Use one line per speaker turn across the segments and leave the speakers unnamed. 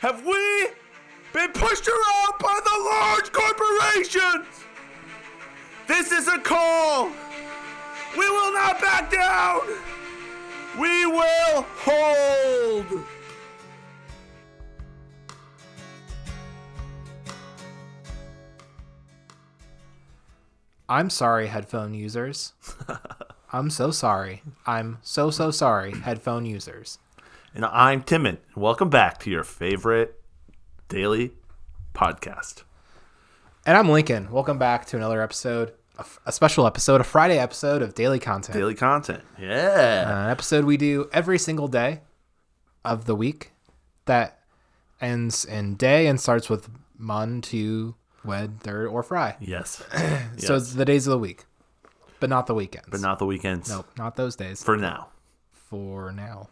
Have we been pushed around by the large corporations? This is a call. We will not back down. We will hold.
I'm sorry, headphone users. I'm so sorry. I'm so, so sorry, headphone users.
And I'm Timon. Welcome back to your favorite daily podcast.
And I'm Lincoln. Welcome back to another episode, a, f- a special episode, a Friday episode of Daily Content.
Daily content. Yeah.
An episode we do every single day of the week that ends in day and starts with mun, to, wed, third, or fry.
Yes.
So it's the days of the week, but not the weekends.
But not the weekends
Nope, not those days
for now.
for now.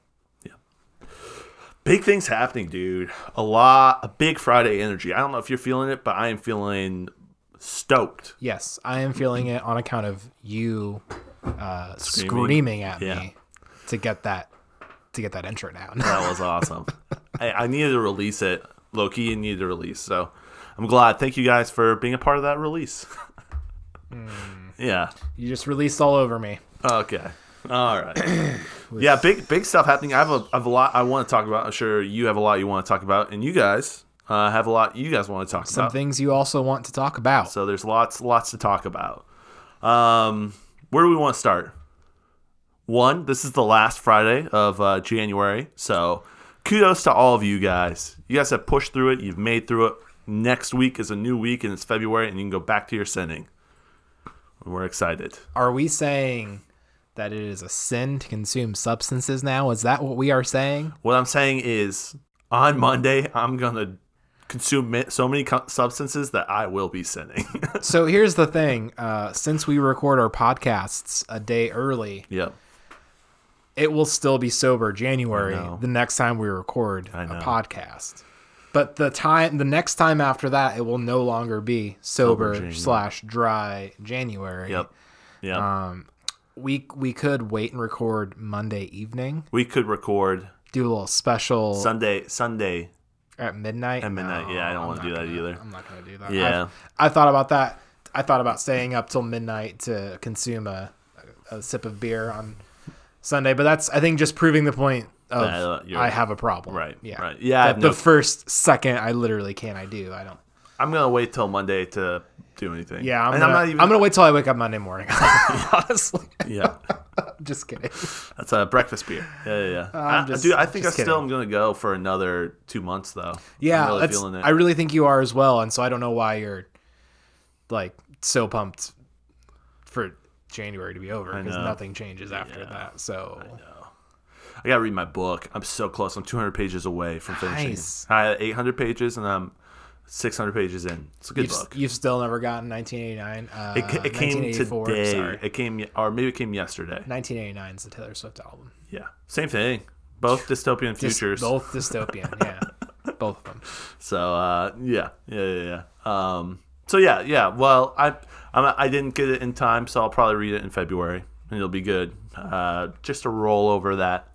Big things happening, dude. A lot, a big Friday energy. I don't know if you're feeling it, but I am feeling stoked.
Yes, I am feeling it on account of you uh, screaming. at
Yeah.
me to get that to get that intro down.
That was awesome. I, I needed to release it. Low key needed to release. So I'm glad. Thank you guys for being a part of that release. Yeah.
you just released all over me.
Okay. All right. yeah, big big stuff happening. I have a, I have a lot I want to talk about. I'm sure you have a lot you want to talk about, and you guys uh, have a lot you guys want to talk
Some
about.
things you also want to talk about.
So there's lots lots to talk about. Um, where do we want to start? One, this is the last Friday of uh, January, so kudos to all of you guys. You guys have pushed through it. You've made through it. Next week is a new week, and it's February, and you can go back to your sinning. We're excited.
Are we saying that it is a sin to consume substances now? Is that what we are saying?
What I'm saying is, on Monday, I'm gonna consume ma- so many co- substances that I will be sinning.
So here's the thing. Uh, since we record our podcasts a day early,
yep.
it will still be sober January
know.
the next time we record a
know.
podcast. But the time the next time after that it will no longer be sober,
January.
slash dry January.
Yep. Yep.
We we could wait and record Monday evening,
we could record
do a little special
Sunday. Sunday
at midnight.
at midnight.
No,
yeah, I don't
I'm
want to
not
do that
gonna-
either.
I'm not gonna do that.
Yeah.
i I thought about that. I thought about staying up till midnight to consume a, a sip of beer on Sunday, but that's I think just proving the point of
Uh, you're-
I have a problem.
Right,
Yeah.
right. Yeah, I
That
have
the
no-
first second I literally can I do. I don't.
I'm gonna wait till Monday to do anything.
Yeah. I'm
and
gonna, I'm,
I'm not even.
gonna wait till I wake up Monday morning. Honestly,
yeah,
just kidding.
that's a breakfast beer. Yeah, yeah. yeah. I,
I'm just-
dude, I think I
just
still
kidding.
am gonna go for another two months though.
Yeah.
I'm really
that's-
feeling it.
I really think you are as well, and so I don't know why you're like so pumped for January to be over because
know.
nothing changes after that. So
I gotta read my book. I'm so close. I'm 200 pages away from finishing.
Nice.
I had 800 pages, and I'm 600 pages in. It's a good
You've,
book.
you've still never gotten 1989. Uh,
it, ca- it came
1984,
today.
Sorry.
It came, ye- or maybe it came yesterday.
1989 is the Taylor Swift album.
Yeah, same thing. Both dystopian
Dys-
futures.
both dystopian. Yeah, both of them.
So uh, yeah, yeah, yeah, yeah. Um, so yeah, yeah. Well, I I'm, I didn't get it in time, so I'll probably read it in February, and it'll be good. Uh, just to roll over that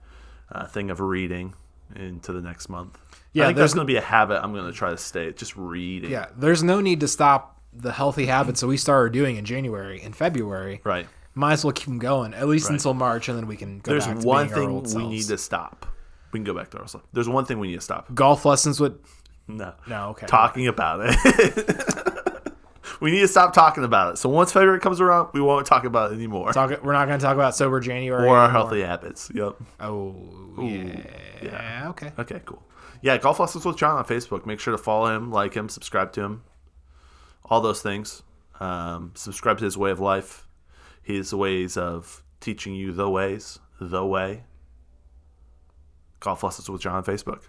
uh, thing of reading into the next month.
Yeah,
I think that's
there's-
going to be a habit I'm going to try to stay. Just reading.
Yeah, there's no need to stop the healthy habits that we started doing in January and February.
Right.
Might as well keep them going at least until March, and then we can go
There's
back to
one
being our
thing
old
we need to
selves.
stop. We can go back to ourselves. There's one thing we need to stop.
golf lessons with.
No.
Mm-hmm. No, okay.
Talking about it. we need to stop talking about it. So once February comes around, we won't talk about it anymore.
Talk, we're not going to talk about sober January
or our
anymore.
healthy habits. Yep.
Oh yeah.
yeah.
Okay.
Okay, cool. Yeah, Golf Lessons with John on Facebook. Make sure to follow him, like him, subscribe to him. All those things. Um, subscribe to his way of life, his ways of teaching you the ways, the way. Golf Lessons with John on Facebook.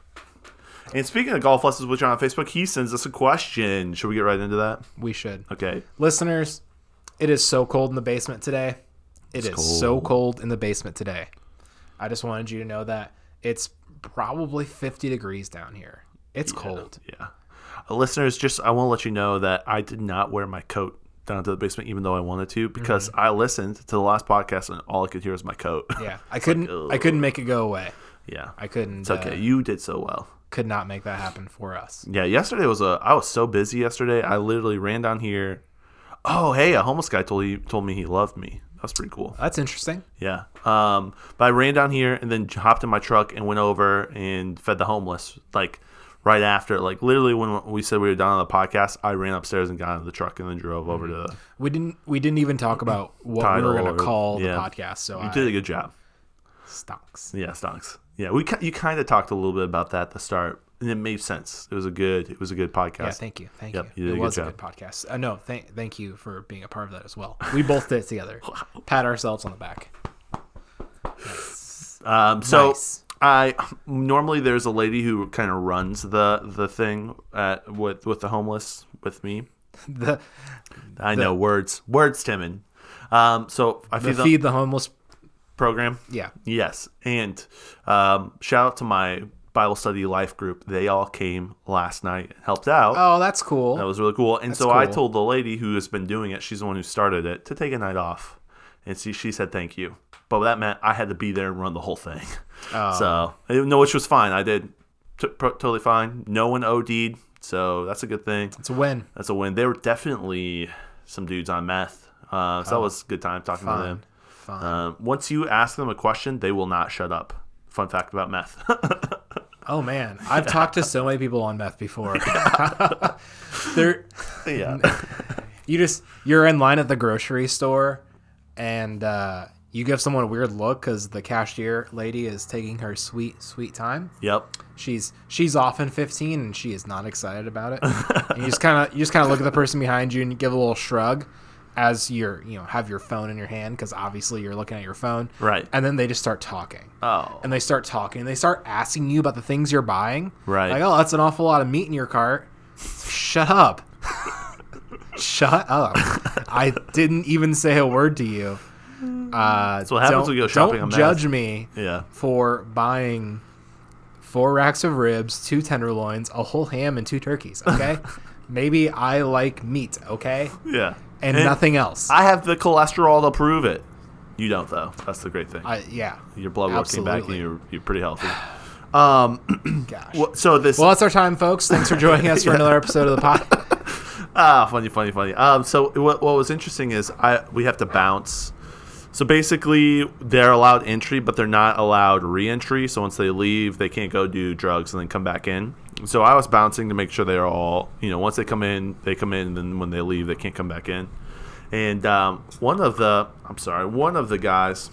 And speaking of Golf Lessons with John on Facebook, he sends us a question. Should we get right into that?
We should.
Okay.
listeners, it is so cold in the basement today. it's so cold in the basement today. I just wanted you to know that it's probably 50 degrees down here. It's cold.
Yeah. Uh, listeners, just I want to let you know that I did not wear my coat down to the basement, even though I wanted to, because
Mm-hmm.
I listened to the last podcast and all I could hear was my coat.
Yeah, I couldn't. I couldn't make it go away.
yeah.
I couldn't.
it's okay.
uh,
you did so well.
could not make that happen for us.
Yeah, yesterday was a. I was so busy yesterday. I literally ran down here. Oh, hey, a homeless guy told he told me he loved me. That's pretty cool.
That's interesting.
Yeah. Um, but I ran down here and then hopped in my truck and went over and fed the homeless. Like right after, like literally when we said we were done on the podcast, I ran upstairs and got in the truck and then drove over
Mm-hmm.
to.
We didn't we didn't even talk about what we were
Title
going
or-
to call
yeah.
the podcast. So
You
I
did a good job.
stonks.
Yeah, stonks. Yeah, we ki- you kind of talked a little bit about that at the start, and it made sense. It was a good it was a good podcast.
Yeah, thank you, thank
Yep,
you.
you did
it
a good
was
job.
a good podcast. Uh, no, thank thank you for being a part of that as well. We both did it together. Pat ourselves on the back.
Um, so
Nice.
I normally there's a lady who kind of runs the the thing at, with with the homeless with me.
The,
I know words words, Timon. Um, so I
the
feed the,
feed the homeless.
program.
Yeah,
Yes, and um, shout out to my Bible study life group. They all came last night, and helped out.
Oh, that's cool.
That was really cool. And so I
cool.
told the lady who has been doing it, she's the one who started it, to take a night off. And see, she said thank you. But that meant I had to be there and run the whole thing.
Oh.
So, eh, no, which was fine. I did t- pro- totally fine. No one OD'd. So that's a good thing.
it's a win.
That's a win. They were definitely some dudes on meth. Uh, so that was a good time talking to them.
Oh. Fun.
Um, once you ask them a question, they will not shut up. Fun fact about meth.
Oh man, I've talked to so many people on meth before. They're
yeah.
you just you're in line at the grocery store and uh, you give someone a weird look because the cashier lady is taking her sweet sweet time
yep.
she's she's off in 15 and she is not excited about it and you just kind of you just kind of look at the person behind you and you give a little shrug as you're you know have your phone in your hand because obviously you're looking at your phone
Right.
and then they just start talking
Oh.
and they start talking and they start asking you about the things you're buying
Right.
like oh that's an awful lot of meat in your cart shut up shut up i didn't even say a word to you uh, That's
what happens when you go shopping
Don't
on
judge me
Yeah.
for buying four racks of ribs, two tenderloins, a whole ham, and two turkeys. Okay, maybe I like meat. Okay,
Yeah.
and, nothing else. I,
I have the cholesterol to prove it. You don't though. That's the great thing.
yeah,
Your blood work came back, and
absolutely.
you're you're pretty healthy.
gosh.
Well, so this
Well, that's our time, folks. Thanks for joining us for another episode of the pod.
ah funny funny funny. Um, so what what was interesting is I we have to bounce. So basically, they're allowed entry, but they're not allowed re-entry. So once they leave, they can't go do drugs and then come back in. So I was bouncing to make sure they're all you know. Once they come in, they come in, and then when they leave, they can't come back in. And um, one of the I'm sorry, one of the guys.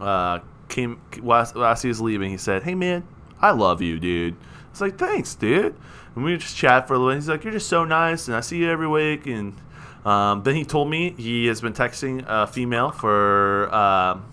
uh, came last last he was leaving. He said, "Hey man, I love you, dude." I was like, "Thanks, dude." And we just chat for a little. bit. He's like, "You're just so nice, and I see you every week." And um, then he told me he has been texting a female for um,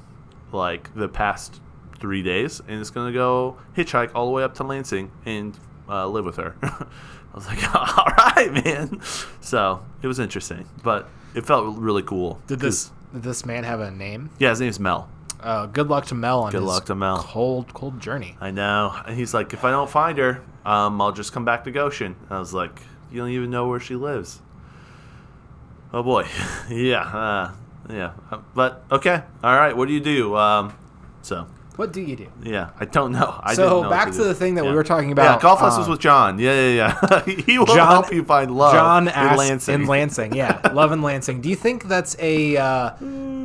like the past three days, and is gonna go hitchhike all the way up to Lansing and uh, live with her. I was like, "All right, man." So it was interesting, but it felt really cool.
Did
'cause-
this did this man have a name?
Yeah, his name's Mel.
Uh, good luck to Mel on
Good
his
luck to Mel.
cold cold journey.
I know. And he's like, if I don't find her, um, I'll just come back to Goshen. I was like, you don't even know where she lives. Oh boy, yeah, uh, yeah. Uh, But okay, all right. What do you do? Um, so
What do you do?
yeah, I don't know. I
So,
didn't know what
back
do.
to the thing that we
Yeah.
were talking
Yeah,
about,
golf lessons
um,
with John. Yeah, yeah, yeah. he will
John-
help you find love.
John
in
asked
Lansing.
in Lansing, yeah, love in Lansing. Do you think that's a uh,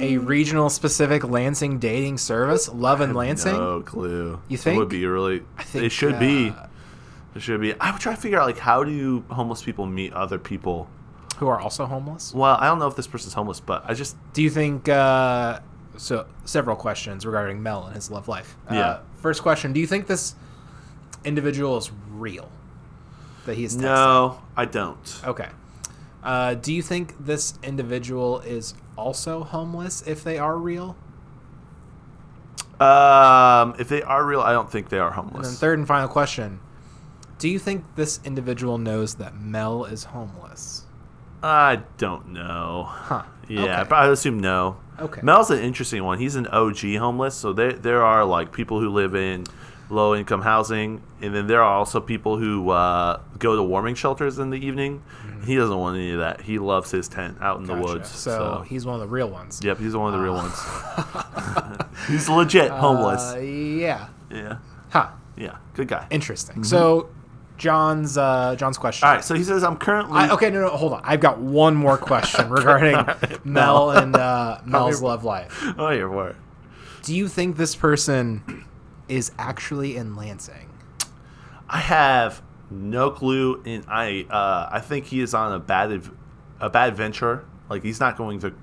a regional specific Lansing dating service? Love in Lansing.
No clue.
You
it
think?
would be really? I
think,
it should be.
uh,
It should be. I would try to figure out like how do homeless people meet other people.
Who are also homeless?
Well, I don't know if this person's homeless, but I just
Do you think? Uh, so several questions regarding Mel and his love life.
Yeah.
Uh, first question: Do you think this individual is real? That he is texting?
no, I don't.
Okay. Uh, do you think this individual is also homeless if they are real?
Um, if they are real, I don't think they are homeless.
And then third and final question. Do you think this individual knows that Mel is homeless?
I don't know.
Huh.
Yeah,
Okay.
but I assume no.
Okay.
Mel's an interesting one. He's an OG homeless, so there there are like people who live in low income housing, and then there are also people who uh, go to warming shelters in the evening. He doesn't want any of that. He loves his tent out in the
Mm-hmm. Gotcha.
woods.
So, he's one of the real ones.
yep, he's one of the real ones. he's legit homeless.
Uh, yeah.
yeah.
Huh.
Yeah, good guy.
Interesting. So, John's uh, John's question.
Mm-hmm. All right, so he says I'm currently
I, okay, no, no, hold on. I've got one more question regarding Mel and uh, Mel's love life.
Oh, your word.
Do you think this person is actually in Lansing?
I have no clue, and I uh, I think he is on a bad adv- a bad venture. Like he's not going to.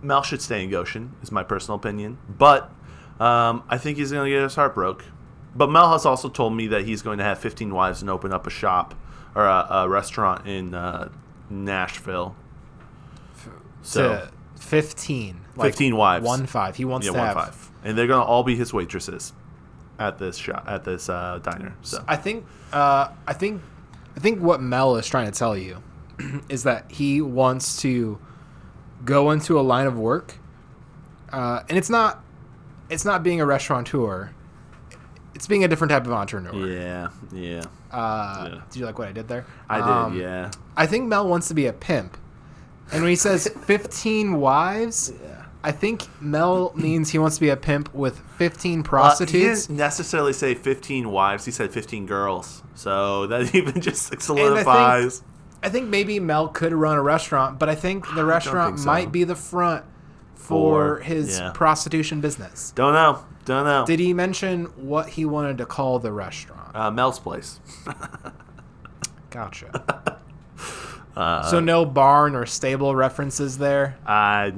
Mel should stay in Goshen, is my personal opinion. But um, I think he's going to get his heart broke. But Mel has also told me that he's going to have 15 wives and open up a shop or a, a restaurant in uh, Nashville. So
to fifteen.
15 wives.
One five. He wants
yeah,
to
one
have.
five, and they're going to all be his waitresses at this shop at this uh, diner. So
I think. Uh, I think. I think what Mel is trying to tell you is that he wants to go into a line of work, uh, and it's not. It's not being a restaurateur. It's being a different type of entrepreneur.
yeah, yeah,
Uh,
Yeah.
Did you like what I did there?
I did.
Um,
yeah,
I think Mel wants to be a pimp. And when he says 15 wives,
yeah.
I think Mel means he wants to be a pimp with 15
Uh, he
prostitutes.
didn't necessarily say 15 wives. He said 15 girls. So that even just like,
think-
solidifies.
I think maybe Mel could run a restaurant, but I think the restaurant
think so.
might be the front for
For-
his
yeah.
prostitution business.
Don't know. Don't know.
Did he mention what he wanted to call the restaurant?
uh, Mel's place.
Gotcha.
Uh,
so no barn or stable references there.
I,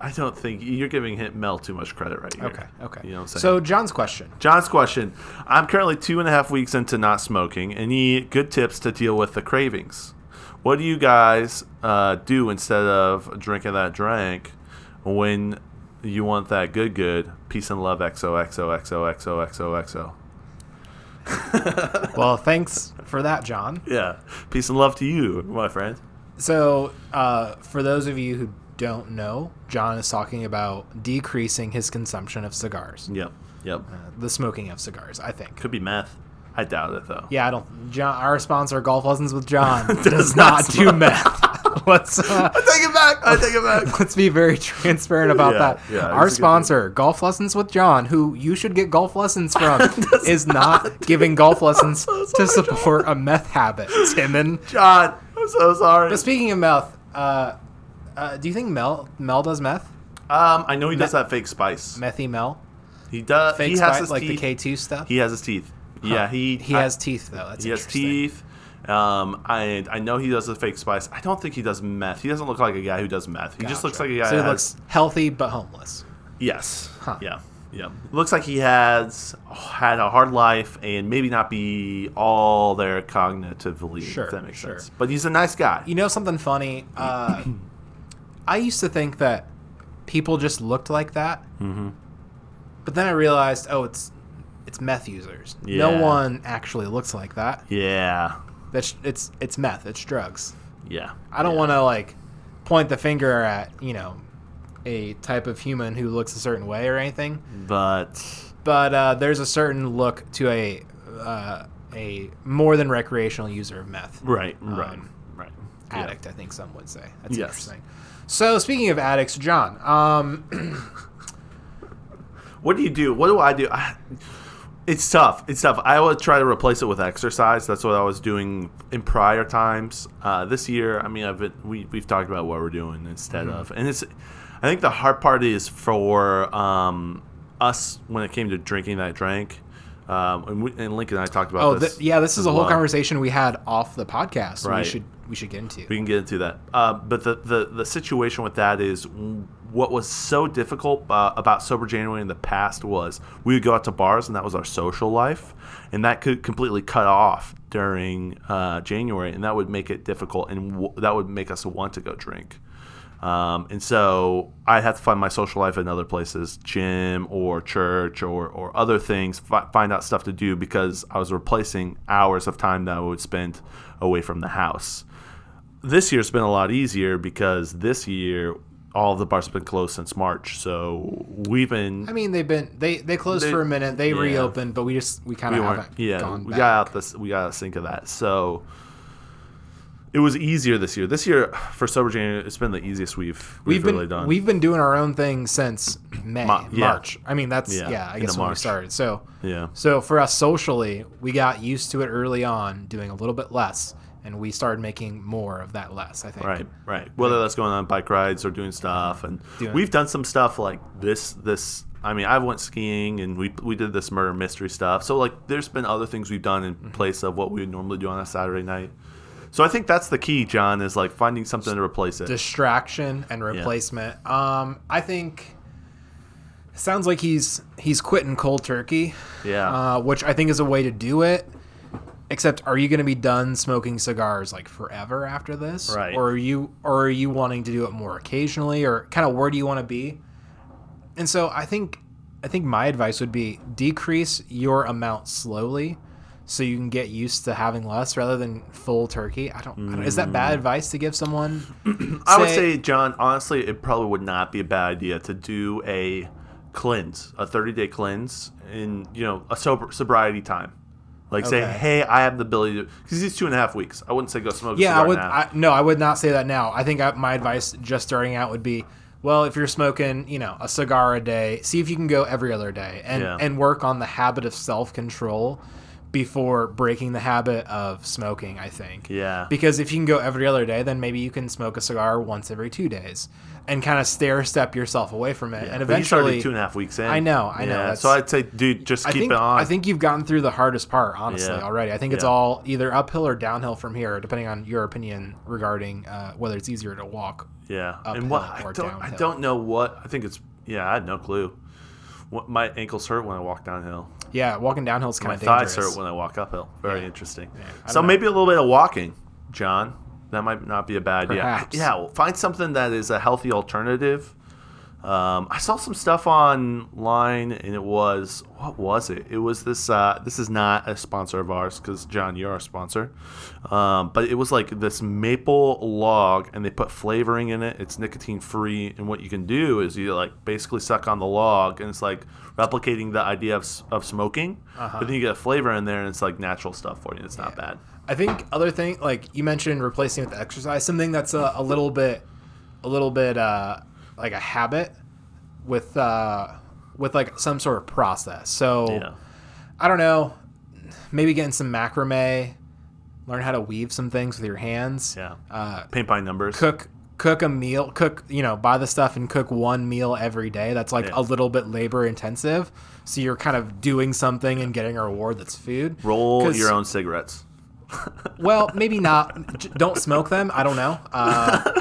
I don't think you're giving him, Mel too much credit right here.
Okay, okay.
You know what I'm saying?
so John's question.
John's question. I'm currently two and a half weeks into not smoking. Any good tips to deal with the cravings? What do you guys uh, do instead of drinking that drink when you want that good, good? Peace and love, XOXOXOXOXOXOXO.
Well, thanks for that, John.
Yeah. Peace and love to you, my friend.
So, uh, for those of you who don't know, John is talking about decreasing his consumption of cigars,
Yep. Yep.
uh, the smoking of cigars. I think.
Could be meth. I doubt it, though.
Yeah, I don't. John, our sponsor, Golf Lessons with John, does
Does
not
not
do meth. let's uh,
I take it back. I take it back.
let's be very transparent about
Yeah,
that.
yeah,
our
he's a good
sponsor, Golf Lessons with John, who you should get golf lessons from, is not, giving golf lessons to support a meth habit, Timon.
John, I'm so sorry.
But speaking of meth, uh, uh, do you think Mel Mel does meth?
Um, I know he does that fake spice.
Methy Mel?
He does.
Fake
he has
spike,
his
like
teeth.
the K2 stuff?
He has his teeth. Yeah, he
He
I-
has teeth, though. That's
he has
interesting.
teeth. Um, and I know he does the fake spice. I don't think he does meth. He doesn't look like a guy who does meth. He just looks like
Gotcha.
a guy.
So he
that
looks
has-
healthy but homeless.
yes.
Huh.
Yeah. Yeah. Looks like he has had a hard life and maybe not be all there cognitively.
Sure,
If that makes
sure.
sense. But he's a nice guy.
You know something funny? Uh, I used to think that people just looked like that, mm-hmm. but then I realized, oh, it's it's meth users. No
Yeah.
one actually looks like that.
yeah.
That's it's it's meth. It's drugs.
Yeah.
I don't
yeah.
want to like point the finger at you know a type of human who looks a certain way or anything.
But
but uh, there's a certain look to a uh, a more than recreational user of meth
right, right, right. Yeah.
addict. I think some would say that's
Yes.
interesting. So speaking of addicts, John, um,
What do you do? What do I do? I, it's tough. It's tough. I would try to replace it with exercise. That's what I was doing in prior times. Uh, this year, I mean, I've been, we we've talked about what we're doing instead
Mm-hmm.
of, and it's. I think the hard part is for um, us when it came to drinking that drink, um, and, we, and Lincoln and I talked about.
oh
this
th- yeah, this is
as
a whole
well.
conversation we had off the podcast. We
Right.
should we should get into.
We can get into that. Uh, but the, the, the situation with that is mm, what was so difficult uh, about Sober January in the past was we would go out to bars and that was our social life. And that could completely cut off during uh, January. And that would make it difficult and w- that would make us want to go drink. Um, and so I had to find my social life in other places, gym or church or, or other things, fi- find out stuff to do because I was replacing hours of time that I would spend away from the house this year's been a lot easier because this year all the bars have been closed since March. So we've been
I mean, they've been they they closed
They-
for a minute. They
yeah.
reopened, but we just we kind
we
of
weren't
haven't
yeah
gone
we
back.
got out this we got to think of that. So It was easier this year. This year for sober January, it's been the easiest we've we've,
We've been
really done.
we've been doing our own thing since May,
Ma- yeah.
March. I mean, that's
Yeah,
yeah. I
into
guess when we
March.
started. So
yeah,
so for us socially, we got used to it early on, doing a little bit less, and we started making more of that less. I think.
right, right. Whether that's going on bike rides or doing stuff, and
Doing-
we've done some stuff like this. This I mean, I went skiing and we we did this murder mystery stuff. So like, there's been other things we've done in
Mm-hmm.
place of what we would normally do on a Saturday night. So I think that's the key, John, is like finding something to replace it.
distraction and replacement. Um, I think sounds like he's he's quitting cold turkey,
Yeah,
uh, which I think is a way to do it. Except, are you going to be done smoking cigars like forever after this,
Right.
Or are you or are you wanting to do it more occasionally, or kind of where do you want to be? And so, I think I think my advice would be decrease your amount slowly. So you can get used to having less rather than full turkey. I don't. I don't is that bad advice to give someone?
I would
say-
say, John, honestly, it probably would not be a bad idea to do a cleanse, a 30 day cleanse in, you know, a sober, sobriety time. Like say,
Okay.
hey, I have the ability to, because it's two and a half weeks. I wouldn't say go smoke a
Yeah,
cigar
I would.
now.
I, no, I would not say that now. I think I, my advice just starting out would be, well, if you're smoking, you know, a cigar a day, see if you can go every other day, and
Yeah.
and work on the habit of self control before breaking the habit of smoking. I think.
Yeah.
Because if you can go every other day, then maybe you can smoke a cigar once every two days, and kind of stair step yourself away from it, and
But you started
eventually.
two and a half weeks in.
I know, I know,
Yeah,
that's-
So I'd say, dude, just
I
keep
think,
it on.
I think you've gotten through the hardest part, honestly,
Yeah.
already. I think it's
Yeah.
all either uphill or downhill from here, depending on your opinion regarding uh, whether it's easier to walk.
yeah. And
uphill
what, I
or
don't, I
downhill.
don't know what, I think it's, yeah, I had no clue. What, my ankles hurt when I walk downhill.
Yeah, walking downhill is kind
My
of
thighs
dangerous.
hurt when I walk uphill. Very interesting.
I
So
don't know.
maybe a little bit of walking, John. That might not be a bad
Perhaps.
idea. Yeah, well, find something that is a healthy alternative. Um, I saw some stuff online, and it was what was it? It was this. Uh, this is not a sponsor of ours because John, you're our sponsor. Um, but it was like this maple log, and they put flavoring in it. It's nicotine free, and what you can do is you like basically suck on the log, and it's like replicating the idea of, s- of smoking. But then you get a flavor in there, and it's like natural stuff for you. It's not bad.
I think other thing, like you mentioned, replacing with exercise, something that's a, a little bit, a little bit uh, like a habit with uh, with like some sort of process. So
Yeah.
I don't know, maybe getting some macrame, learn how to weave some things with your hands.
Yeah.
Uh,
Paint by numbers.
cook cook a meal cook you know buy the stuff and cook one meal every day that's like
Yeah.
a little bit labor intensive so you're kind of doing something and getting a reward that's food
Roll
'Cause-
your own cigarettes.
well maybe not J- don't smoke them i don't know uh,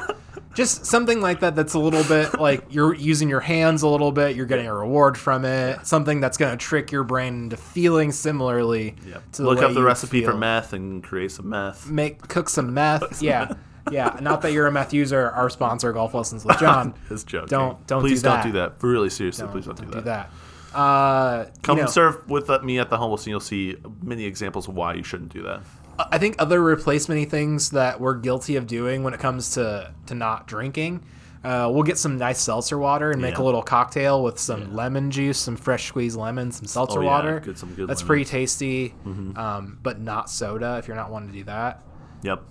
just something like that that's a little bit like you're using your hands a little bit you're getting a reward from it something that's going to trick your brain into feeling similarly to
Look
way
up the
you
recipe for
feel.
meth and create some meth.
make cook some meth yeah yeah not that you're a meth user our sponsor golf lessons with john
It's joking.
Don't- don't do
please
that.
don't do that. Really seriously, please don't, do
do
that.
that. Uh,
Come
you know,
serve with uh, me at the homeless, and you'll see many examples of why you shouldn't do that.
I think other replacement things that we're guilty of doing when it comes to to not drinking. Uh, we'll get some nice seltzer water and make
Yeah.
a little cocktail with some lemon juice, some fresh squeezed lemon, some seltzer
Oh, yeah,
water.
get some good
That's
lemon. Mm-hmm.
pretty tasty, um, but not soda if you're not wanting to do that.
Yep.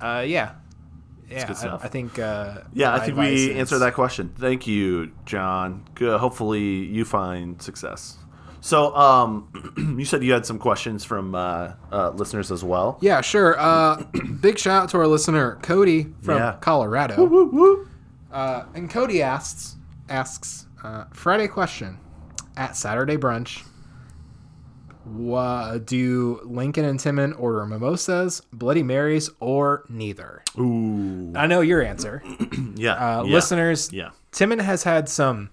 Uh, yeah, yeah.
good
I-
stuff.
I, think. Uh,
Yeah, I
my
think
advice
we
is-
answered that question. Thank you, John. Good. Hopefully, you find success. So, um, you said you had some questions from uh, uh, listeners as well.
Yeah, sure. Uh, big shout out to our listener Cody from
Yeah.
Colorado.
Woo, woo.
Uh, and Cody asks asks uh, Friday question at Saturday brunch. Wha do Lincoln and Timon order mimosas, Bloody Marys, or neither?
Ooh.
I know your answer,
Yeah. yeah.
uh, listeners.
Yeah.
Timon has had some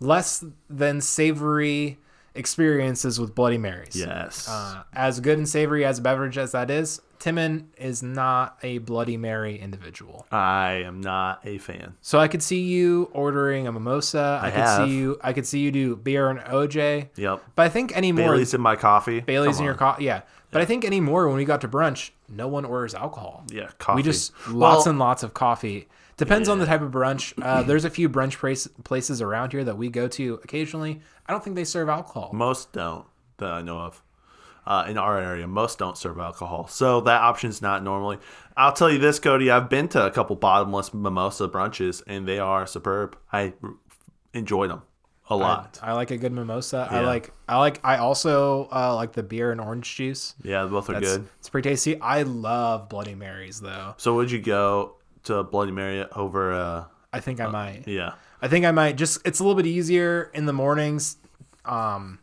less than savory experiences with Bloody Marys.
Yes.
Uh, as good and savory as a beverage as that is, Timon is not a Bloody Mary individual.
I am not a fan.
So I could see you ordering a mimosa. I, could
have.
see you. I could see you do beer and OJ.
Yep.
But I think anymore
Bailey's in my coffee.
Bailey's
Come
in your
on.
coffee. Yeah. But I think anymore when we got to brunch, no one orders alcohol.
Yeah, coffee.
We just lots
Well,
and lots of coffee. Depends on the type of brunch. Uh, there's a few brunch place, places around here that we go to occasionally. I don't think they serve alcohol.
Most don't that I know of. uh, in our area. Most don't serve alcohol, so that option's not normally. I'll tell you this, Cody. I've been to a couple bottomless mimosa brunches, and they are superb. I r- enjoy them a lot.
I like a good mimosa. I
Yeah.
like I like I also uh, like the beer and orange juice.
yeah, both are
It's,
good.
it's pretty tasty. I love Bloody Marys though.
So would you go to Bloody Mary over? Uh,
I think I might.
yeah,
I think I might just it's a little bit easier in the mornings. Um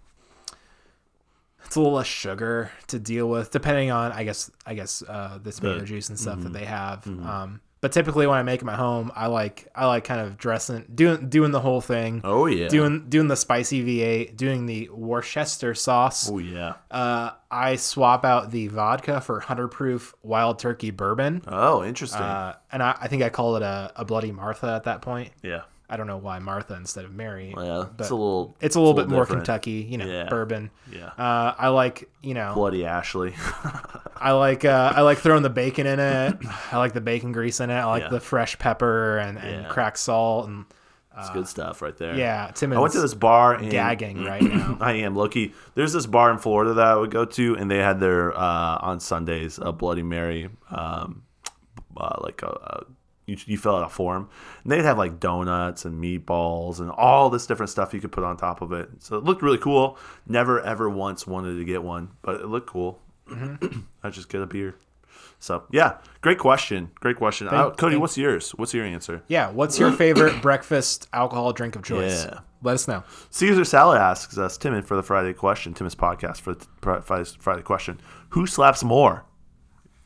it's a little less sugar to deal with depending on I guess I guess uh this tomato juice and stuff
mm-hmm.
that they have. Um but typically when I make them at home, I like I like kind of dressing doing doing the whole thing.
Oh, yeah.
Doing doing the spicy V8, doing the Worcester sauce.
oh yeah,
Uh I swap out the vodka for 100 proof wild turkey bourbon.
oh interesting.
Uh, and I, I think I call it a, a bloody Martha at that point.
yeah,
I don't know why Martha instead of Mary.
yeah,
but
it's a little,
it's a little bit more
different.
Kentucky, you know,
Yeah.
bourbon.
Yeah.
Uh, I like, you know,
Bloody Ashley.
I like, uh, I like throwing the bacon in it. I like the bacon grease in it. I like
Yeah.
the fresh pepper and, and
Yeah.
cracked salt and
It's good stuff right there.
yeah, Timmons.
Uh, I went to Mm. this bar and
gagging right now.
I am Loki. There's this bar in Florida that I would go to, and they had their uh, on Sundays a Bloody Mary, um, uh, like a, a you, you fill out a form, and they'd have like donuts and meatballs and all this different stuff you could put on top of it. So it looked really cool. Never ever once wanted to get one, but it looked cool. I was just get a beer. So yeah, great question. Great question. Uh, Cody, what's yours? What's your answer?
Yeah. What's your favorite breakfast alcohol drink of choice?
Yeah.
Let us know.
Caesar Salad asks us, Timon, for the Friday question, Timon's podcast for the pr- Friday's- Friday question. Who slaps more,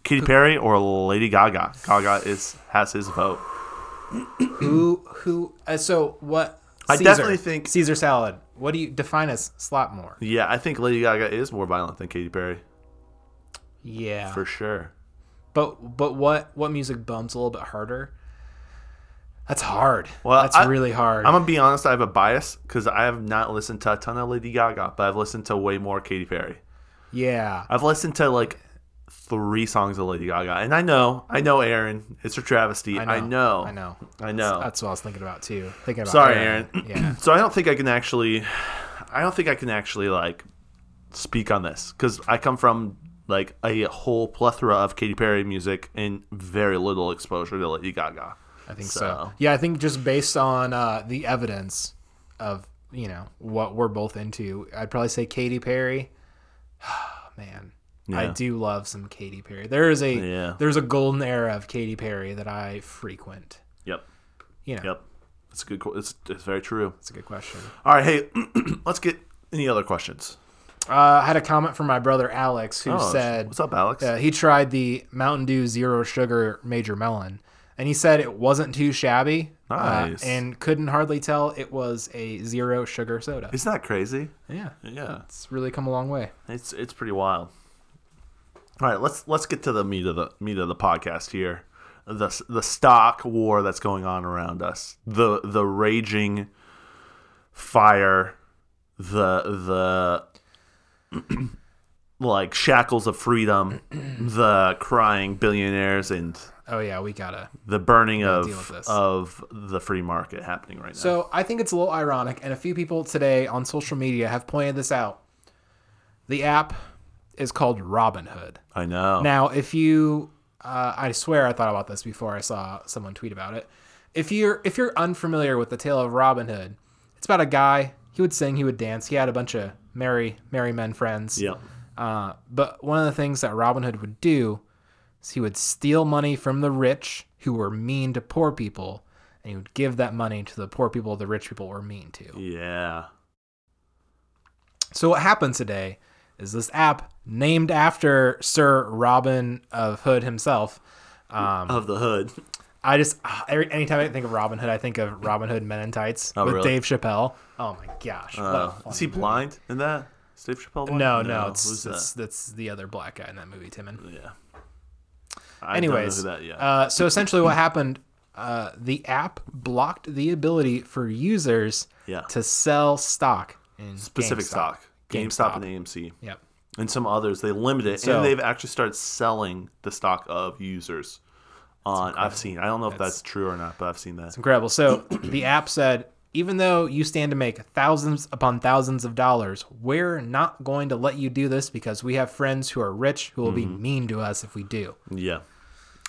Katy Perry or Lady Gaga? Gaga is has his vote.
who, who, uh, so what?
I definitely think-
Caesar salad. What do you define as slop more?
Yeah, I think Lady Gaga is more violent than Katy Perry
Yeah.
for sure.
But but what what music bumps a little bit harder? That's hard.
Well,
that's
I-
really hard.
I'm gonna be honest. I have a bias because I have not listened to a ton of Lady Gaga, but I've listened to way more Katy Perry.
yeah,
I've listened to like three songs of Lady Gaga, and I know, I know, Aaron, it's a travesty. I know,
I know.
I know.
That's what I was thinking about too. Thinking about
Sorry, Aaron.
Yeah,
So I don't think I can actually, I don't think I can actually like speak on this because I come from like a whole plethora of Katy Perry music and very little exposure to Lady Gaga.
I think so.
So-
Yeah, I think just based on uh, the evidence of you know what we're both into, I'd probably say Katy Perry. Man, I
Yeah.
do love some Katy Perry. There is a
Yeah.
there's a golden era of Katy Perry that I frequent.
Yep,
You know,
yep. It's a good. qu- It's it's very true.
that's a good question.
All right, hey, let's get any other questions.
Uh, I had a comment from my brother Alex who
Oh,
said,
"What's up, Alex?"
Uh, he tried the Mountain Dew Zero Sugar Major Melon, and he said it wasn't too shabby, uh,
Nice.
and couldn't hardly tell it was a zero sugar soda.
Isn't that crazy?
yeah,
Yeah,
it's really come a long way.
it's it's pretty wild. All right, let's let's get to the meat of the meat of the podcast here. The the stock war that's going on around us. The the raging fire, the the like shackles of freedom, the crying billionaires and
Oh yeah, we gotta.
the burning
deal with
of
this.
of the free market happening right now.
So I think it's a little ironic, and a few people today on social media have pointed this out. The app is called Robinhood.
I know.
Now, if you, uh, I swear I thought about this before I saw someone tweet about it. If you're if you're unfamiliar with the tale of Robin Hood, it's about a guy. He would sing, he would dance. He had a bunch of merry merry men friends.
yeah.
Uh, but one of the things that Robin Hood would do is he would steal money from the rich who were mean to poor people, and he would give that money to the poor people the rich people were mean to.
Yeah.
So what happened today is this app named after Sir Robin of Hood himself. Um,
Of the hood.
I just ah, every anytime I think of Robin Hood, I think of Robin Hood Men in Tights
Oh,
with
really?
Dave Chappelle. Oh my gosh! what a
Uh,
fun
is he
movie.
blind in that? Is Dave Chappelle blind?
No, no,
who's
it's,
that?
it's that's the other black guy in that movie, Timon.
Yeah. I
Anyways,
don't know who that yet.
uh, so essentially what happened? Uh, the app blocked the ability for users
Yeah.
to sell stock in
Pacific
GameStop.
Stock, GameStop, and AMC,
Yep.
and some others. They limit it,
So-
and they've actually started selling the stock of users. On I've seen. I don't know if that's true or not, but I've seen that.
Incredible. So the app said Even though you stand to make thousands upon thousands of dollars, we're not going to let you do this because we have friends who are rich who will be
Mm-hmm.
mean to us if we do.
Yeah.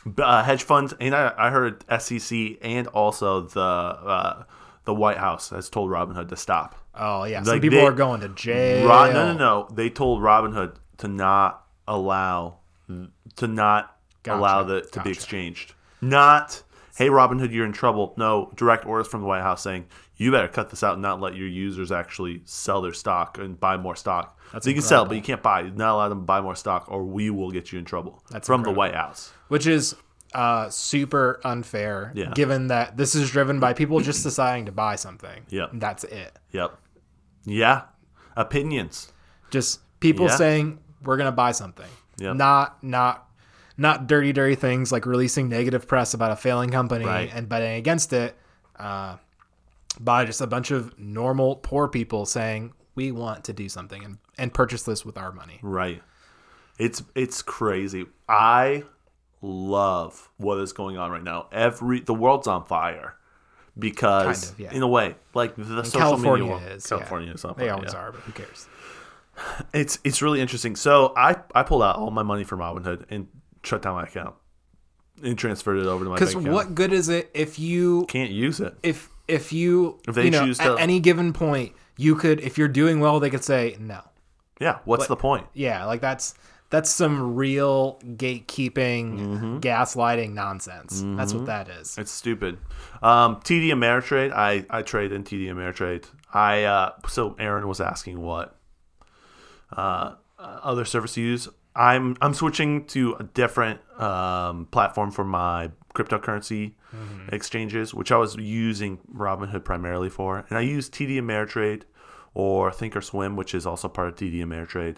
B- Uh, hedge funds, and I, I heard SEC and also the uh, the White House has told Robinhood to stop.
Oh yeah, some
Like,
people
they-
are going to jail.
Ro- no, no, no. They told Robinhood to not allow to not
Gotcha,
allow that to
gotcha.
be exchanged. Not hey, Robinhood, you're in trouble. No direct orders from the White House saying you better cut this out and not let your users actually sell their stock and buy more stock. so you can sell, but you can't buy. Not allow them to buy more stock, or we will get you in trouble.
That's
from the
incredible.
White House.
Which is uh, super unfair,
Yeah.
given that this is driven by people just deciding to buy something.
Yep.
that's it.
Yep. Yeah. Opinions.
Just people
Yeah.
saying we're gonna buy something.
Yep.
Not not not dirty dirty things like releasing negative press about a failing company
Right.
and betting against it. Uh, by just a bunch of normal poor people saying we want to do something and, and purchase this with our money.
Right. It's it's crazy. I love what is going on right now. Every the world's on fire because
Kind of, yeah.
in a way, like the social
California
media world-
is yeah.
California is on
They
fire,
always
yeah.
are, but who cares?
It's it's really interesting. So I I pulled out all my money from Robinhood and shut down my account and transferred it over to my bank
Because
account.
what good is it if you
Can't use it.
if if you
If they
you know
choose to-
at any given point you could if you're doing well they could say no.
Yeah. What's the point?
Yeah, like that's that's some real gatekeeping,
Mm-hmm.
gaslighting nonsense. That's what that is.
It's stupid. Um, TD Ameritrade. I I trade in TD Ameritrade. I uh, so Aaron was asking what uh, other service to use. I'm I'm switching to a different um, platform for my cryptocurrency exchanges, which I was using Robinhood primarily for, and I use TD Ameritrade or Thinkorswim, which is also part of TD Ameritrade,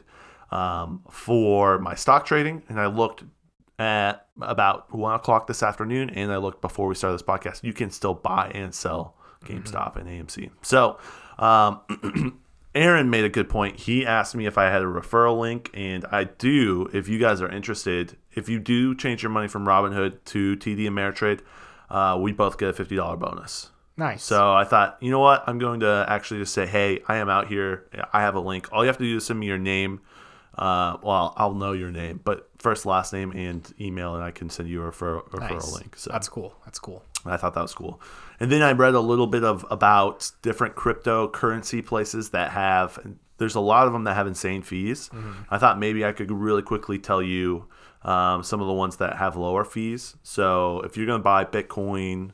um, for my stock trading. And I looked at about one o'clock this afternoon, and I looked before we started this podcast. You can still buy and sell GameStop and AMC. So. Um, Aaron made a good point. He asked me if I had a referral link, and I do. If you guys are interested, if you do change your money from Robinhood to TD Ameritrade, uh, we both get a fifty dollar bonus.
Nice.
So I thought, you know what? I'm going to actually just say, hey, I am out here. I have a link. All you have to do is send me your name. Uh, well, I'll know your name, but first, last name, and email, and I can send you a refer- referral
Nice.
link. So
That's cool. That's cool.
I thought that was cool. And then I read a little bit of about different cryptocurrency places that have. There's a lot of them that have insane fees. I thought maybe I could really quickly tell you um, some of the ones that have lower fees. So if you're going to buy Bitcoin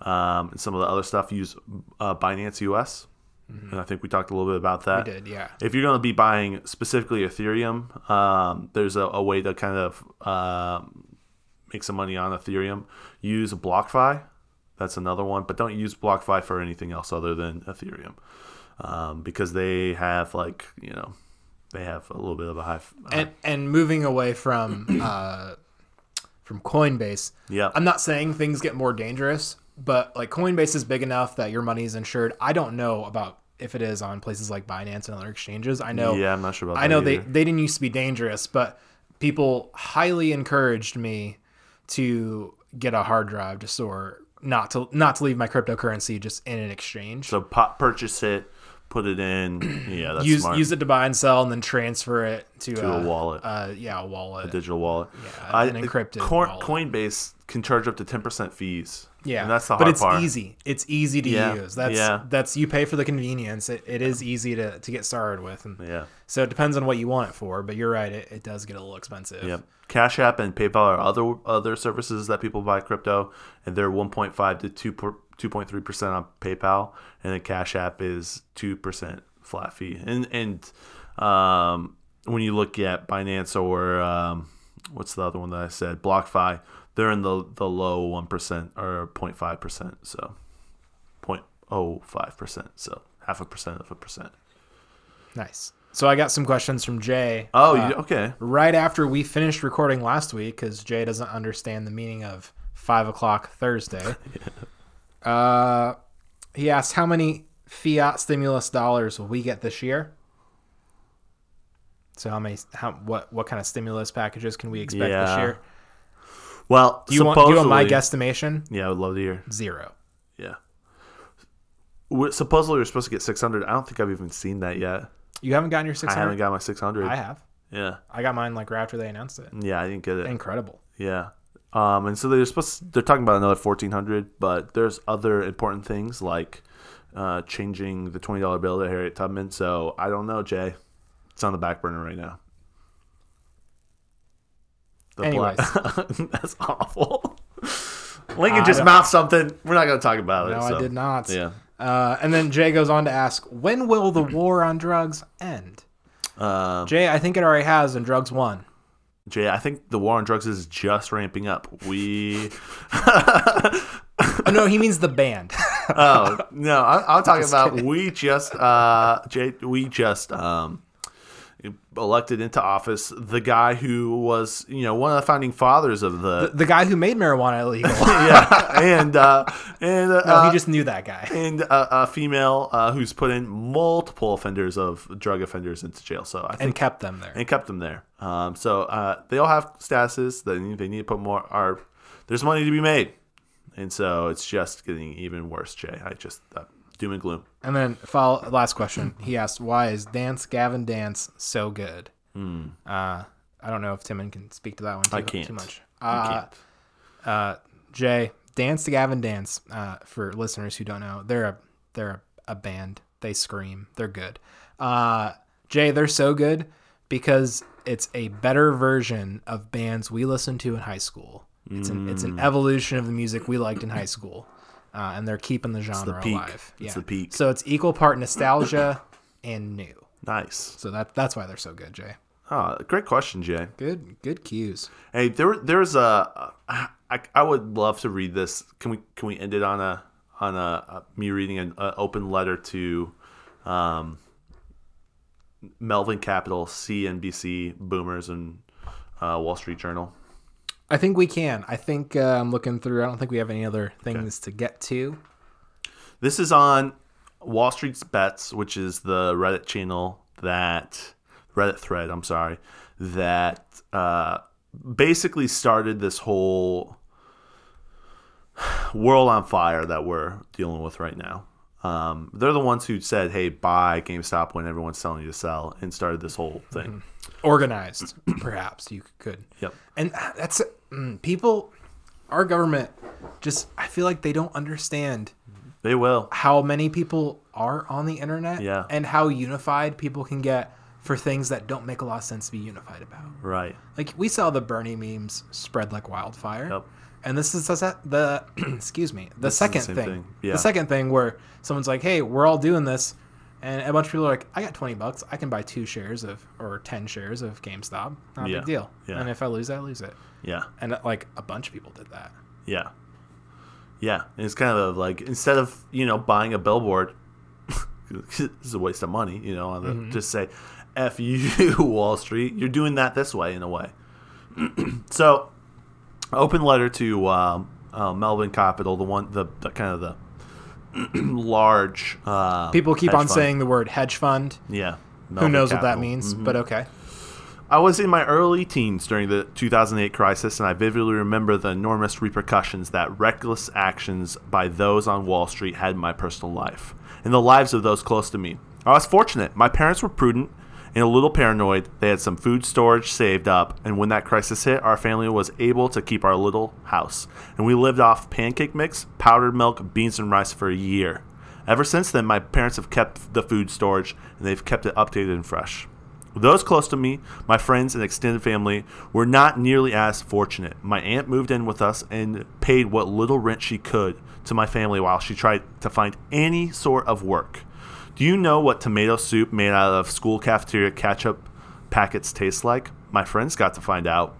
um, and some of the other stuff, use uh, Binance US. And I think we talked a little bit about that.
Did yeah.
If you're going to be buying specifically Ethereum, um, there's a, a way to kind of um make some money on Ethereum. Use BlockFi. That's another one, but don't use BlockFi for anything else other than Ethereum um, because they have, like, you know, they have a little bit of a high. f-
And and moving away from uh from Coinbase.
Yeah.
I'm not saying things get more dangerous, but like Coinbase is big enough that your money is insured. I don't know about if it is on places like Binance and other exchanges. I know
yeah, I'm not sure about that.
I know they,
either.
they didn't used to be dangerous, but people highly encouraged me to get a hard drive just or not to not to leave my cryptocurrency just in an exchange.
So pop, purchase it, put it in. Yeah, that's
use
smart.
use it to buy and sell, and then transfer it to,
a wallet.
Uh, yeah, a wallet.
digital wallet.
Yeah, an encrypted
Coin-
wallet.
Coinbase can charge up to 10% fees.
yeah,
And that's the hard
but it's
part.
easy. It's easy to
Yeah,
use. That's
yeah.
that's you pay for the convenience. It, it is easy to, to get started with, and
Yeah.
so it depends on what you want it for. But you're right, it, it does get a little expensive.
Yep. Cash App and PayPal are other other services that people buy crypto, and they're 1.5 to 2 2.3 percent on PayPal, and then Cash App is two percent flat fee. And and um, when you look at Binance or um, what's the other one that I said, BlockFi, they're in the the low one percent or 0.5 percent, so 0.05 percent, so half a percent of a percent.
Nice. So I got some questions from Jay.
Oh,
Uh,
you, okay.
right after we finished recording last week because Jay doesn't understand the meaning of five o'clock Thursday. uh, he asked how many fiat stimulus dollars will we get this year? So how many? How what? What kind of stimulus packages can we expect this
Yeah.
year?
Well,
Do you want, do you want my
supposedly-
guesstimation?
Yeah, I would love to hear.
Zero.
Yeah. we supposedly we're supposed to get 600. I don't think I've even seen that yet.
You haven't gotten your
I
600?
haven't got my 600.
I have.
yeah,
I got mine like right after they announced it.
yeah, I didn't get it.
Incredible.
Yeah. Um, and so they're supposed they're talking about another fourteen hundred, but there's other important things like uh, changing the twenty dollar bill to Harriet Tubman. So I don't know, Jay. It's on the back burner right now. The
Anyways.
black- that's awful. Lincoln
I
just
don't-
mouthed something. We're not going to talk about it.
No,
so.
I did not.
Yeah.
Uh, and then Jay goes on to ask, when will the war on drugs end?
Um,
Jay, I think it already has, and drugs won.
Jay, I think the war on drugs is just ramping up. We
Oh, no, he means the band.
Oh no, I, I'm talking about we just uh, J, we just um, elected into office the guy who was you know one of the founding fathers of the,
the guy who made marijuana illegal.
yeah and uh, and uh,
No, he just knew that guy.
and a, a female uh, who's put in multiple offenders of drug offenders into jail. So I think
And kept them there.
and kept them there. Um, so uh, they all have statuses that they need- they need to put more. Are there's money to be made, and so it's just getting even worse. Jay, I just uh, doom and gloom.
And then follow last question. He asked, "Why is Dance Gavin Dance so good?" Uh, I don't know if Timon can speak to that one. Too,
Hmm. I can't.
too much.
I
Uh,
can't.
uh, Jay, Dance to Gavin Dance. Uh, for listeners who don't know, they're a they're a, a band. They scream. They're good. Uh, Jay, they're so good because it's a better version of bands we listened to in high school. It's an it's
Mm.
an evolution of the music we liked in high school, uh, and they're keeping the genre
peak.
alive.
It's the peak.
So it's equal part nostalgia and new.
Nice.
So that that's why they're so good, Jay.
Oh, great question, Jay.
Good good cues.
Hey, there, there's a. I, I would love to read this. Can we can we end it on a on a, a me reading an a open letter to, um, Melvin Capital, CNBC, Boomers, and uh, Wall Street Journal.
I think we can. I think uh, I'm looking through. I don't think we have any other things to get to.
This is on Wall Street's Bets, which is the Reddit channel that Reddit thread. I'm sorry that uh, basically started this whole world on fire that we're dealing with right now. Um, they're the ones who said, "Hey, buy GameStop when everyone's telling you to sell," and started this whole thing.
Organized, perhaps you could.
Yep.
And that's mm, people. Our government just. I feel like they don't understand
They will.
how many people are on the internet.
Yeah.
And how unified people can get for things that don't make a lot of sense to be unified about.
Right.
Like we saw the Bernie memes spread like wildfire.
Yep.
And this is the se- the excuse me the second
same
thing,
thing. Yeah.
the second thing where someone's like, "Hey, we're all doing this," and a bunch of people are like, "I got twenty bucks, I can buy two shares of or ten shares of GameStop, not a
Yeah.
big deal.
Yeah.
And if I lose, I lose it."
Yeah.
And uh, like a bunch of people did that.
Yeah. Yeah. And it's kind of like instead of, you know, buying a billboard, this is a waste of money, you know, on the,
Mm-hmm.
just say, F you, Wall Street. You're doing that this way, in a way. so, open letter to um, uh, Melvin Capital, the one, the, the kind of the large. Uh,
People keep
hedge
on
fund.
saying the word hedge fund.
Yeah.
Who
Melvin
knows what that
Capital. Mm-hmm.
means? But okay,
I was in my early teens during the 2008 crisis, and I vividly remember the enormous repercussions that reckless actions by those on Wall Street had in my personal life and the lives of those close to me. I was fortunate. My parents were prudent and a little paranoid. They had some food storage saved up, and when that crisis hit, our family was able to keep our little house. And we lived off pancake mix, powdered milk, beans, and rice for a year. Ever since then, my parents have kept the food storage and they've kept it updated and fresh. Those close to me, my friends and extended family, were not nearly as fortunate. My aunt moved in with us and paid what little rent she could to my family while she tried to find any sort of work. Do you know what tomato soup made out of school cafeteria ketchup packets tastes like? My friends got to find out.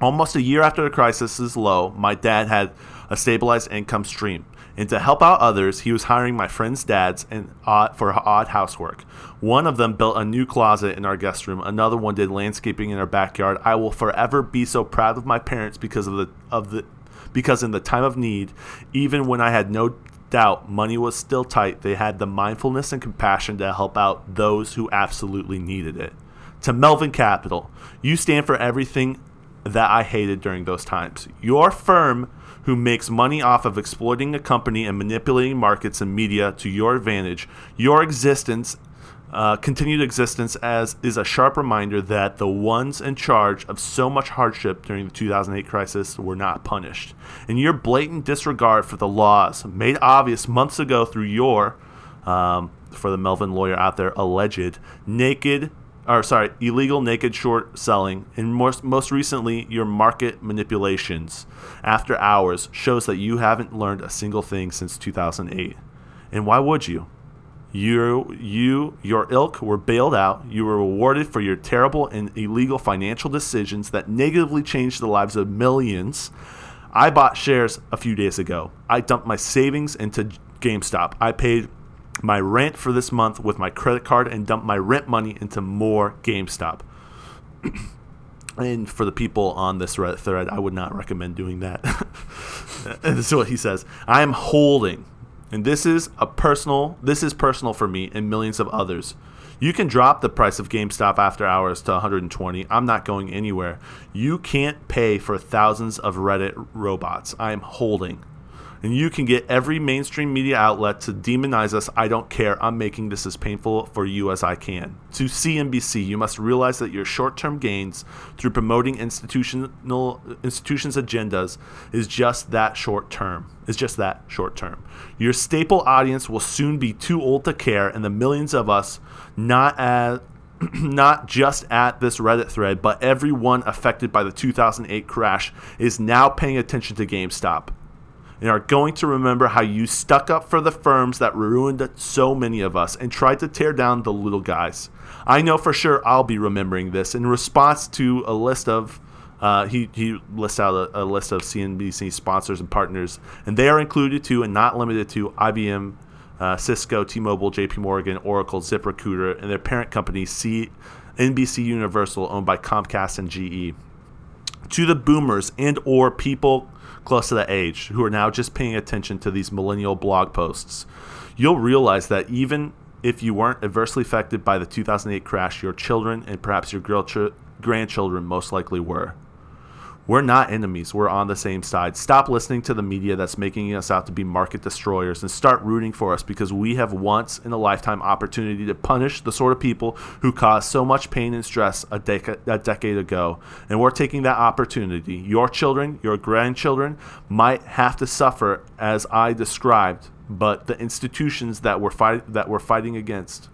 Almost a year after the crisis is low, my dad had a stabilized income stream. And to help out others, he was hiring my friend's dads and odd, for odd housework. One of them built a new closet in our guest room. Another one did landscaping in our backyard. I will forever be so proud of my parents because of the of the because in the time of need, even when I had no doubt money was still tight, they had the mindfulness and compassion to help out those who absolutely needed it. To Melvin Capital, you stand for everything that I hated during those times. Your firm, who makes money off of exploiting a company and manipulating markets and media to your advantage, your existence, uh, continued existence, as is a sharp reminder that the ones in charge of so much hardship during the 2008 crisis were not punished. And your blatant disregard for the laws, made obvious months ago through your, um, for the Melvin lawyer out there, alleged naked or sorry, illegal naked short selling, and most, most recently, your market manipulations after hours shows that you haven't learned a single thing since 2008. And why would you? You, you, your ilk were bailed out. You were rewarded for your terrible and illegal financial decisions that negatively changed the lives of millions. I bought shares a few days ago. I dumped my savings into GameStop. I paid my rent for this month with my credit card and dump my rent money into more GameStop. and for the people on this Reddit thread, I would not recommend doing that. this is what he says. I am holding, and this is a personal. This is personal for me and millions of others. You can drop the price of GameStop after hours to 120. I'm not going anywhere. You can't pay for thousands of Reddit robots. I'm holding and you can get every mainstream media outlet to demonize us. I don't care. I'm making this as painful for you as I can. To CNBC, you must realize that your short-term gains through promoting institutional institutions agendas is just that short term. Is just that short term. Your staple audience will soon be too old to care, and the millions of us not as not just at this Reddit thread, but everyone affected by the 2008 crash is now paying attention to GameStop and are going to remember how you stuck up for the firms that ruined so many of us and tried to tear down the little guys. I know for sure I'll be remembering this in response to a list of. Uh, he, he lists out a, a, list of CNBC sponsors and partners, and they are included to and not limited to IBM, uh, Cisco, T Mobile, JP Morgan, Oracle, ZipRecruiter, and their parent company, CNBC Universal, owned by Comcast and E. GE. To the boomers and or people close to that age who are now just paying attention to these millennial blog posts, you'll realize that even if you weren't adversely affected by the 2008 crash, your children and perhaps your girl ch- grandchildren most likely were. We're not enemies. We're on the same side. Stop listening to the media that's making us out to be market destroyers and start rooting for us because we have once in a lifetime opportunity to punish the sort of people who caused so much pain and stress a, dec- a decade ago. And we're taking that opportunity. Your children, your grandchildren might have to suffer as I described, but the institutions that we're, fight- that we're fighting against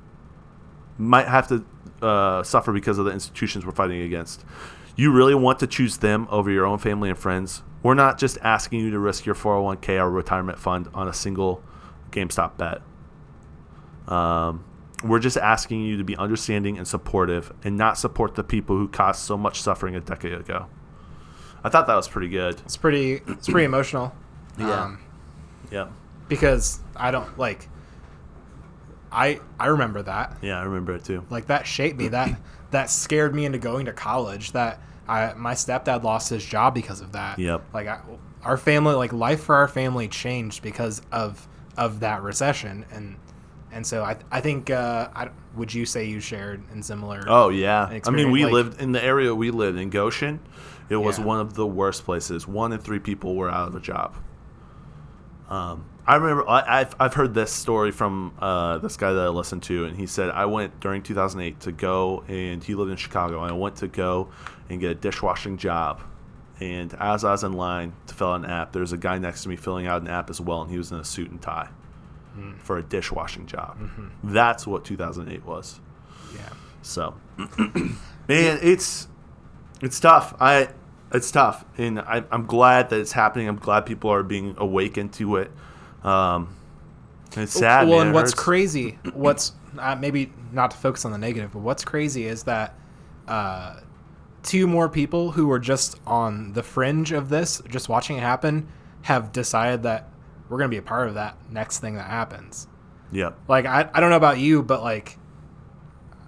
might have to uh, suffer because of the institutions we're fighting against. You really want to choose them over your own family and friends? We're not just asking you to risk your 401k or retirement fund on a single GameStop bet. Um, we're just asking you to be understanding and supportive and not support the people who caused so much suffering a decade ago. I thought that was pretty good.
It's pretty it's pretty emotional.
Yeah. Um, yeah.
Because I don't like I I remember that.
Yeah, I remember it too.
Like that shaped me. That that scared me into going to college. That I my stepdad lost his job because of that.
Yep.
Like I, our family, like life for our family changed because of of that recession, and and so I I think uh, I, would you say you shared in similar?
Oh yeah.
experience?
I mean, we
Like,
lived in the area we lived in Goshen. It was
Yeah.
one of the worst places. One in three people were out of a job. Um, I remember I, I've I've heard this story from uh, this guy that I listened to, and he said I went during 2008 to go, and he lived in Chicago. And I went to go and get a dishwashing job, and as I was in line to fill out an app, there was a guy next to me filling out an app as well, and he was in a suit and tie
Hmm.
for a dishwashing job.
Mm-hmm.
That's what 2008 was.
Yeah.
So, man, it's it's tough. I it's tough, and I, I'm glad that it's happening. I'm glad people are being awakened to it. Um, it's sad.
Oh, Well,
man.
and
It
what's
hurts.
crazy, what's uh, maybe not to focus on the negative, but what's crazy is that uh, two more people who were just on the fringe of this, just watching it happen, have decided that we're going to be a part of that next thing that happens.
Yep.
Like, I, I don't know about you, but like,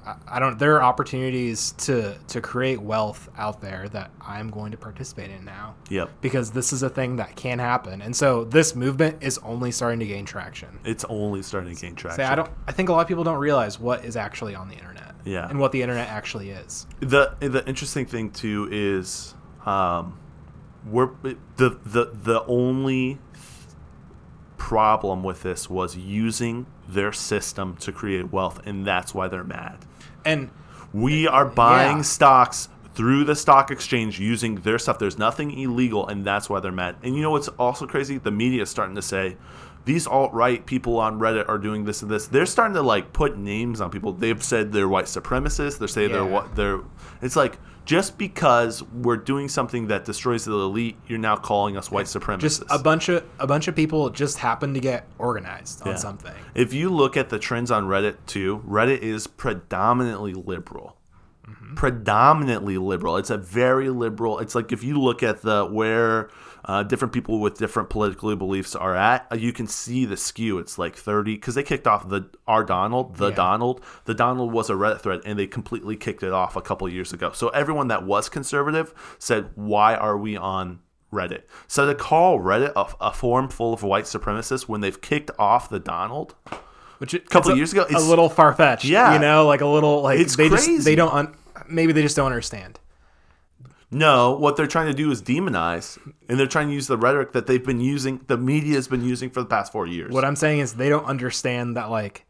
I, I don't, there are opportunities to, to create wealth out there that I'm going to participate in now
Yep.
because this is a thing that can happen. And so this movement is only starting to gain traction.
It's only starting to gain traction.
Say, I don't. I think a lot of people don't realize what is actually on the internet.
Yeah.
And what the internet actually is.
the the interesting thing too is Um, we're the the the only problem with this was using their system to create wealth, and that's why they're mad.
And
We are buying
Yeah.
stocks through the stock exchange using their stuff. There's nothing illegal, and that's why they're mad. And you know what's also crazy? The media is starting to say these alt right people on Reddit are doing this and this. They're starting to like put names on people. They've said they're white supremacists. They're saying they're
Yeah.
what they're. It's like just because we're doing something that destroys the elite, you're now calling us white supremacists.
just a bunch of a bunch of people just happen to get organized on
Yeah.
something.
If you look at the trends on Reddit too, Reddit is predominantly liberal. Predominantly liberal. It's a very liberal. It's like if you look at the where uh, different people with different political beliefs are at, uh, you can see the skew. It's like thirty because they kicked off the our Donald, the
Yeah.
Donald, the Donald was a Reddit thread, and they completely kicked it off a couple of years ago. So everyone that was conservative said, "Why are we on Reddit. So to call Reddit a, a forum full of white supremacists when they've kicked off the Donald,
Which a
Couple years ago,
a
it's-
little far fetched.
Yeah.
you know, like a little like
It's
they just
crazy.
they don't un, maybe they just don't understand.
no, what they're trying to do is demonize, and they're trying to use the rhetoric that they've been using, the media has been using for the past four years.
What I'm saying is they don't understand that like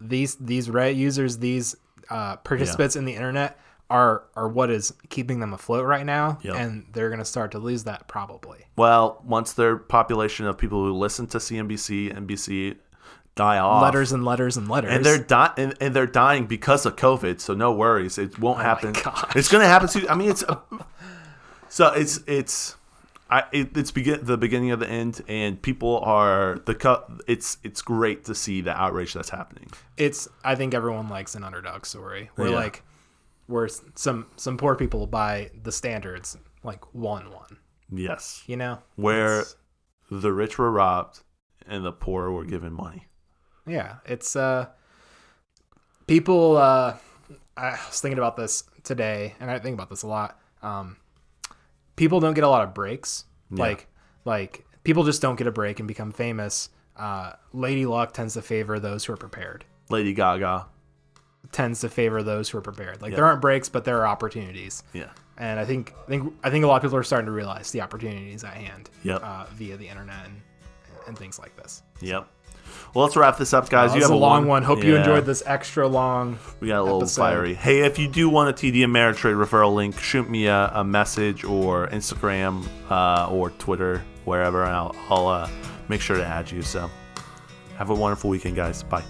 these these Reddit users, these uh, participants in the internet are are what is keeping them afloat right now,
Yep.
and they're gonna start to lose that probably.
well, once their population of people who listen to CNBC, NBC die off,
Letters and letters and letters.
and they're di- and, and they're dying because of COVID. So no worries, it
Oh
won't happen.
gosh.
It's gonna happen to. I mean, it's so it's it's. I, it, it's begin the beginning of the end, and people are the cut. It's it's great to see the outrage that's happening.
it's I think everyone likes an underdog story. We're
Yeah.
like we're s- some some poor people by the standards like one one.
Yes,
You know?
where
It's-
the rich were robbed and the poor were given money.
yeah, it's uh people uh I was thinking about this today and I think about this a lot. Um people don't get a lot of breaks. Like like people just don't get a break and become famous. Uh Lady Luck tends to favor those who are prepared.
Lady Gaga,
Tends to favor those who are prepared. Like there aren't breaks, but there are opportunities.
yeah,
and I think I think I think a lot of people are starting to realize the opportunities at hand
Yep.
uh, via the internet and, and things like this.
yep. Well, let's wrap this up, guys.
That
you
was
have
a long one. Hope you
Yeah.
enjoyed this extra long.
We got a little
episode.
fiery. Hey, if you do want a TD Ameritrade referral link, shoot me a, a message or Instagram uh, or Twitter, wherever, and I'll, I'll uh, make sure to add you. So have a wonderful weekend, guys. Bye.